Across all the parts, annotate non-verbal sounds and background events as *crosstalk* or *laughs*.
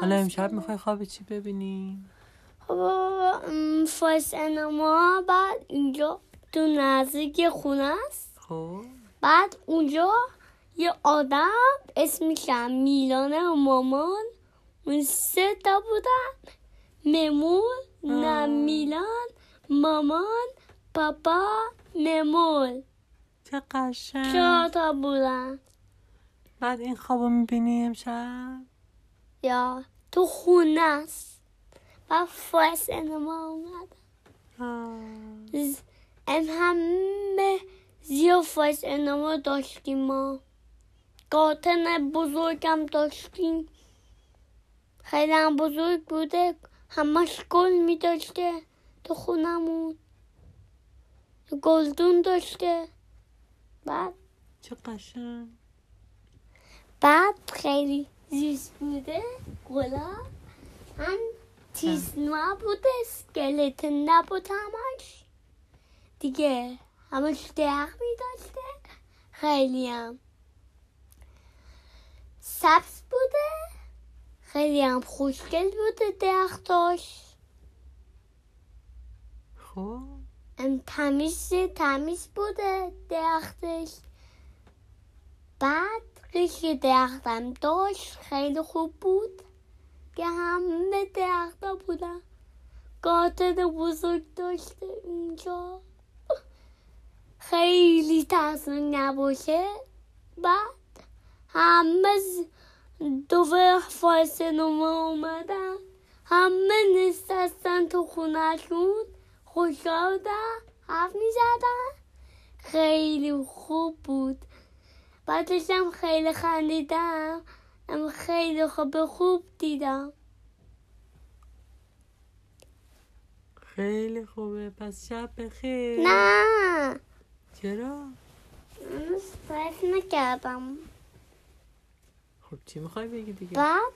حالا امشب میخوای خواب چی ببینی؟ بابا م، فای سینما بعد اینجا تو نزدیک خونه است خب بعد اونجا یه آدم اسمش هم میلانه و مامان اون سه تا بودن ممول نه میلان مامان پاپا ممول چه قشنگ چهار تا بودن بعد این خوابو میبینی امشب؟ یا تو خونه است بعد فای سینما اومد آه. ز- ام همه زیافت انما داشتیم ما قاتن بزرگم داشتیم خیلی هم بزرگ بوده همش گل می داشته تو خونمون گلدون داشته بعد چه قشنگ بعد خیلی زیست بوده گلا هم چیز نبوده اسکلت نبود همش دیگه همش درخ می داشته خیلی هم سبز بوده خیلی هم خوشگل بوده درختاش خب ام تمیز تمیز بوده درختش بعد ریشه درختم داشت خیلی خوب بود که همه درختا بودن گارتن بزرگ داشته اینجا خیلی ترسون نباشه بعد همه ز- دوباره فارسنما اومدن همه نشستن تو خونهشون خوشحال بودن حرف میزدن خیلی خوب بود بعد داشتم خیلی خندیدم اما خیلی خوب خوب دیدم خیلی خوبه پس شب بخیر نه چرا؟ من فکر نکردم خب چی میخوای بگی دیگه؟ بعد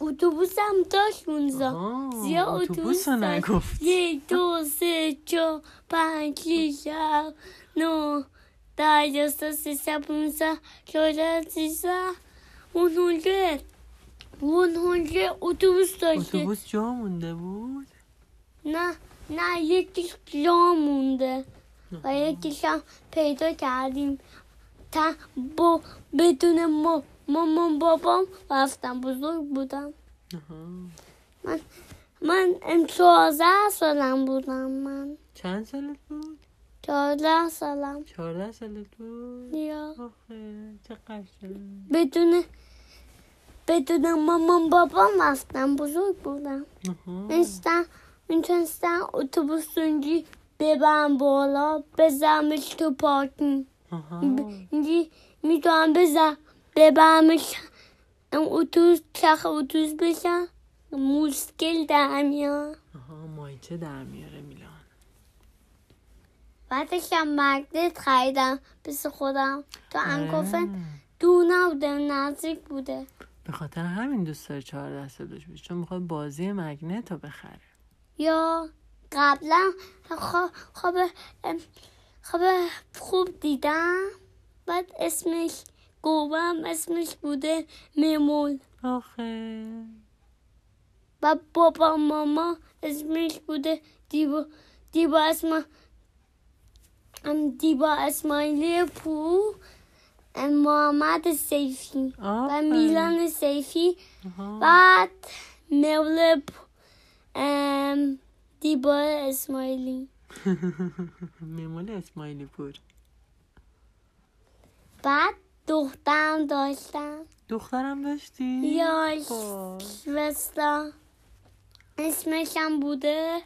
اتوبوسم داشت اونجا آه، زیاد اتوبوس رو داشت. نگفت یک دو سه چهار پنج شیش هفت نو ده یازده سیزده پونزده چهارده سیزده اون هنجه اون هنجه اتوبوس داشته اتوبوس جا مونده بود نه نه یکیش جا مونده و آها. یکیش هم پیدا کردیم تا با بدون ما مامان بابام رفتم بزرگ بودم آها. من ام چهارده سالم بودم من چند سالت بود؟ چهارده سالم چهارده سالت بود؟ یا آخه چه قشنگ بدون بدون مامان بابام رفتم بزرگ بودم آها. میتونستم میتونستم اتوبوس اونجی ببرم بالا بزنمش تو پارکینگ آها. اینجی میتونم بزن ببرمش اون اتوبوس چرخ اتوبوس بشم مشکل در میاد آها مایچه در میاره میلان بعدشم مگنت خریدم بس خودم تو آره. انکافن آه. دو نبوده نزدیک بوده به خاطر همین دوست داره 14 سالش بشه چون میخواد بازی مگنت رو بخره یا قبلا خواب خواب ام، خواب خوب دیدم بعد اسمش گوبم اسمش بوده میمول آخه و بابا ماما اسمش بوده دیبا دیبا اسم ام، دیبا اسماعیلی پو ام، محمد سیفی و آفرین. میلان سیفی آها. *laughs* بعد مول پ- ام، دیبا اسماعیلی ممول اسماعیلی پور بعد دخترم داشتم دخترم داشتی؟ خب. یا باش. شوستا اسمشم بوده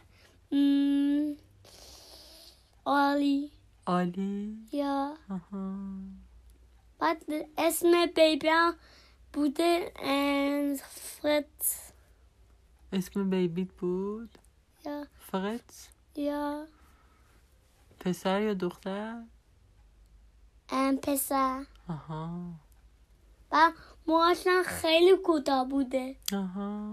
م، آلی عالی یا آها بعد اسم بیبیم بوده ام، فرت اسم بیبیت بود یا فقط یا پسر یا دختر ام، پسر آها و موهاشم خیلی کوتاه بوده آها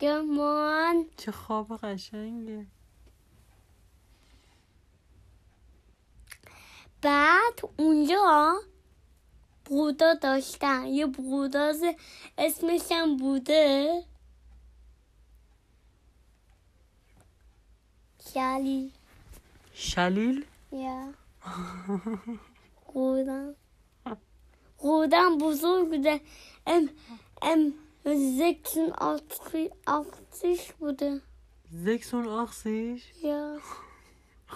که موهان چه خواب قشنگه بعد اونجا بودا داشتن یه بوداز اسمش هم بوده شلی شلیل یعنی یا قودم قودم بزرگ ام ام زکسن آتش بوده زکسون آخسیش یا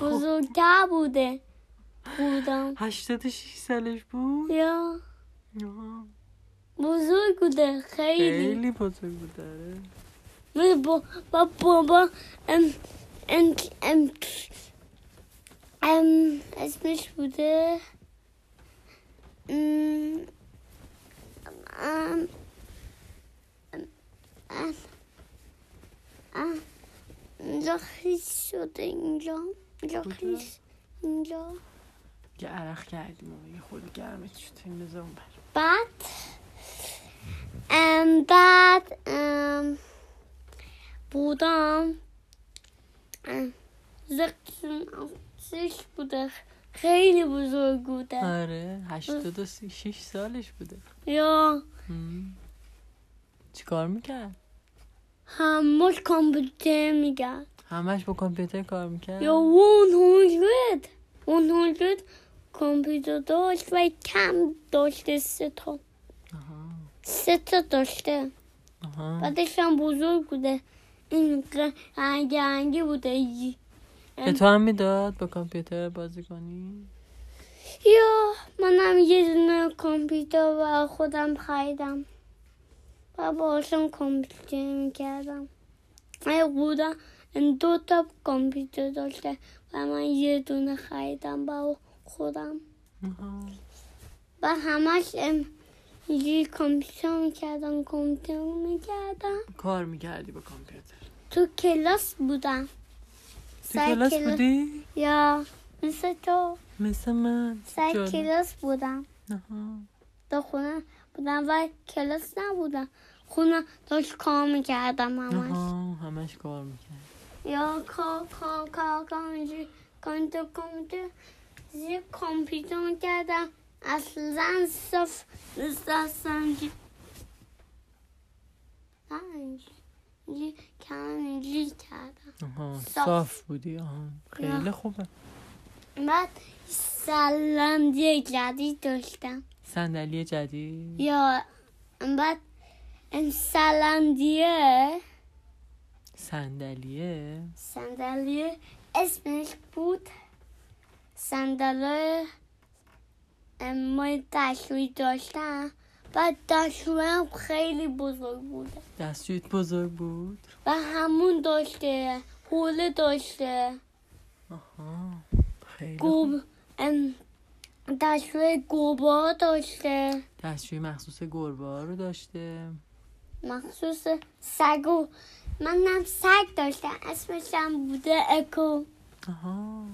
بزرگتر بوده قودم 86 سالش بود یا آه. بزرگ بوده خیلی خیلی بزرگ بود آره. من با با بابا ام ام ام ام اسمش بوده ام ام ähm, ام ام اینجا خیس شده اینجا اینجا خیس اینجا یه عرق کردیم و یه خود گرمت شد این بذار اون بر بعد ام بعد ام بودم ام، زخم آتش بوده خیلی بزرگ بوده آره 86 سالش بوده یا هم. چیکار میکرد؟ همش کامپیوتر میگن همش با کامپیوتر کار میکرد؟ یا اون هندرد اون هندرد کامپیوتر داشت و کم داشته سه تا آها. سه تا داشته آها. بعدش هم بزرگ بوده این رنگ رنگی بوده به تو هم میداد با کامپیوتر بازی کنی؟ یا منم یه دونه کامپیوتر و خودم خریدم و باشم کامپیوتر میکردم ای بودم دو تا کامپیوتر داشته و من یه دونه خریدم با خودم آها. و همش ام، یه کامپیوتر میکردم کامپیوتر میکردم کار میکردی با کامپیوتر تو کلاس بودم تو سر کلاس کلا- بودی؟ یا مثل تو مثل من سر جالب. کلاس بودم آها. تا خونه بودم و کلاس نبودم خونه داشت کار میکردم همش آها. همش کار میکرد یا کار کار کار کار اینجوری کامپیوتر کامپیوتر زیر کامپیوتر میکردم اصلا صف دستم اینجوری کردم اینجوری کردم آها. صاف. صاف بودی آها. خیلی نه. خوبه بعد سلام یه جدید داشتم صندلی جدید یا بعد این سلندیه صندلیه صندلی اسمش بود صندلی ما دستشویی داشتن و دستشویی هم خیلی بزرگ بوده دستشویت بزرگ بود و همون داشته حوله داشته آها خیلی گوب خوب. ام، دستشویی گوبا داشته دستشوی مخصوص گربه ها رو داشته مخصوص سگو منم سگ داشتم اسمش هم بوده اکو آها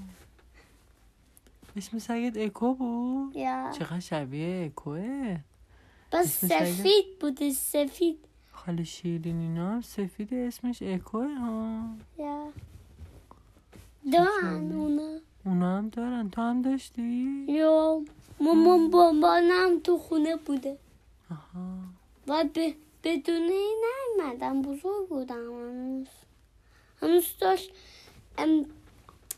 اسم سگت اکو بود یا چقدر شبیه اکوه بس اسم سگه؟ سفید بوده سفید خاله شیرین اینا هم سفید اسمش اکوه ها Ja. دارن اونا اونا هم دارن تو هم داشتی؟ یا مامان بابانم تو خونه بوده آها و ب... بدون این نمیدم بزرگ بودم هنوز هنوز داشت ام...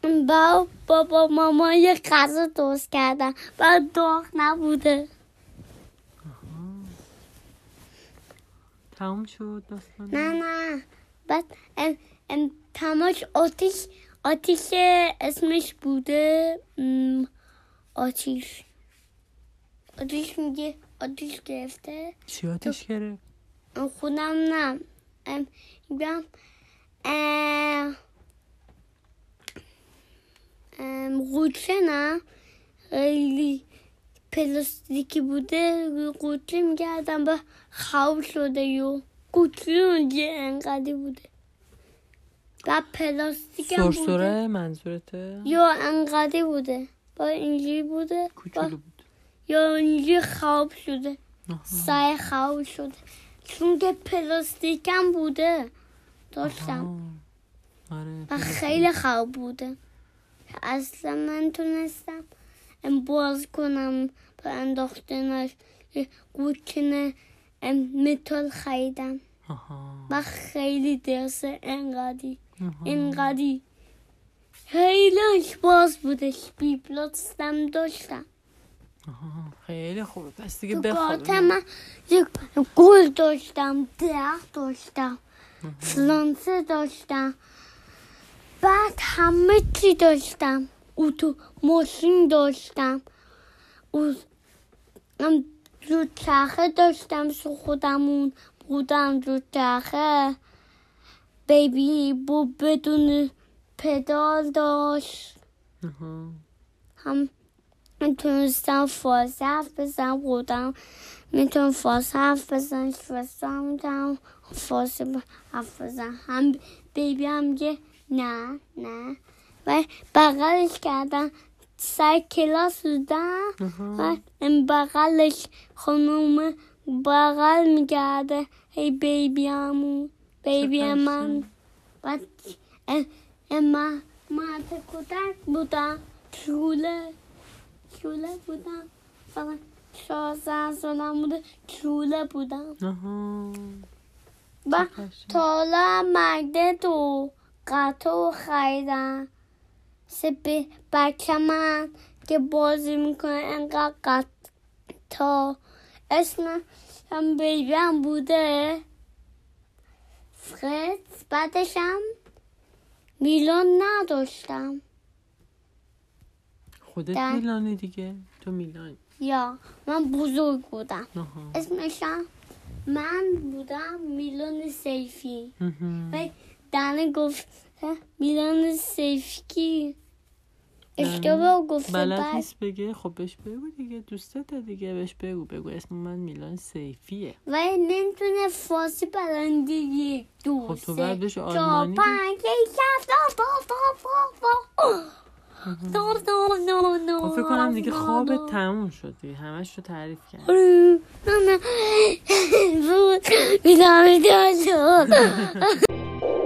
ام، با بابا ماما یه غذا درست کردن و داغ نبوده تموم شد داستان نه نه بعد ام... ام... تماش آتیش آتیش اسمش بوده ام، آتیش آتیش میگه آتیش گرفته چی آتیش گرفت؟ ام، خودم نه ام، میگم ام، ام، قوطه نه خیلی پلاستیکی بوده روی قوطه میگردم به خاو شده یو قوطه اونجا انقدی بوده و پلاستیک هم بوده سرسره منظورته؟ یا انقدی بوده با اینجوری بوده با کوچولو بود یا اینجوری خواب شده آها. سعی خواب شده چون که پلاستیکم بوده داشتم آها. آره و درست. خیلی خواب بوده اصلا من تونستم باز کنم با انداختنش اه، قوطین اه، متال خریدم آها و خیلی درس انقدی آها. انقدی هیلش باز بودش بیبلاستم داشتم آها. خیلی خوبه پس دیگه تو بخواب کارت من یک گل داشتم درخت داشتم فلانسه داشتم بعد همه چی داشتم او تو ماشین داشتم او ام، رو چرخه داشتم سو خودمون بودم رو چرخه بیبی بو بدون پدال داشت آها. هم میتونستم فارسی حرف بزنم خودم میتونم فارسی حرف بزنم شوستم میتونم فارسی ب- حرف بزنم هم بیبی هم میگه نه نه و بغلش کردم سر کلاس بودم آها. و این بغلش خانوم بغل میگرده هی بیبی همون بیبی چه من و اه، اه، من من حتی کودک بودم چوله چوله بودم فقط شازده سالم بوده چوله بودم آها. و قشنگ. تا حالا مگه و قطع خریدم سپه بچه من که بازی میکنه انقدر قطع اسم هم بیبیم بوده فرد بعدشم میلان نداشتم خودت در- میلانی دیگه تو میلانی یا من بزرگ بودم آها. اسمشم من بودم میلان سیفی آها. و دانه گفت میلان سیفکی اشتباه گفته بلد بعد نیست بگه خب بهش بگو دیگه دوستت دیگه بهش بگو بگو اسم من میلان سیفیه و نمیتونه فارسی بلنده یک دو خب تو سه باید بهش چهار آلمانی پنج شیش هفت آت، آت، آت، آت، آت. نور، نور، نور، خب نور، فکر کنم دیگه نور، نور. خوابت تموم شد دیگه همش رو تعریف کرد آره، *laughs* نه، نه. بود. می‌دونم، می‌دونم.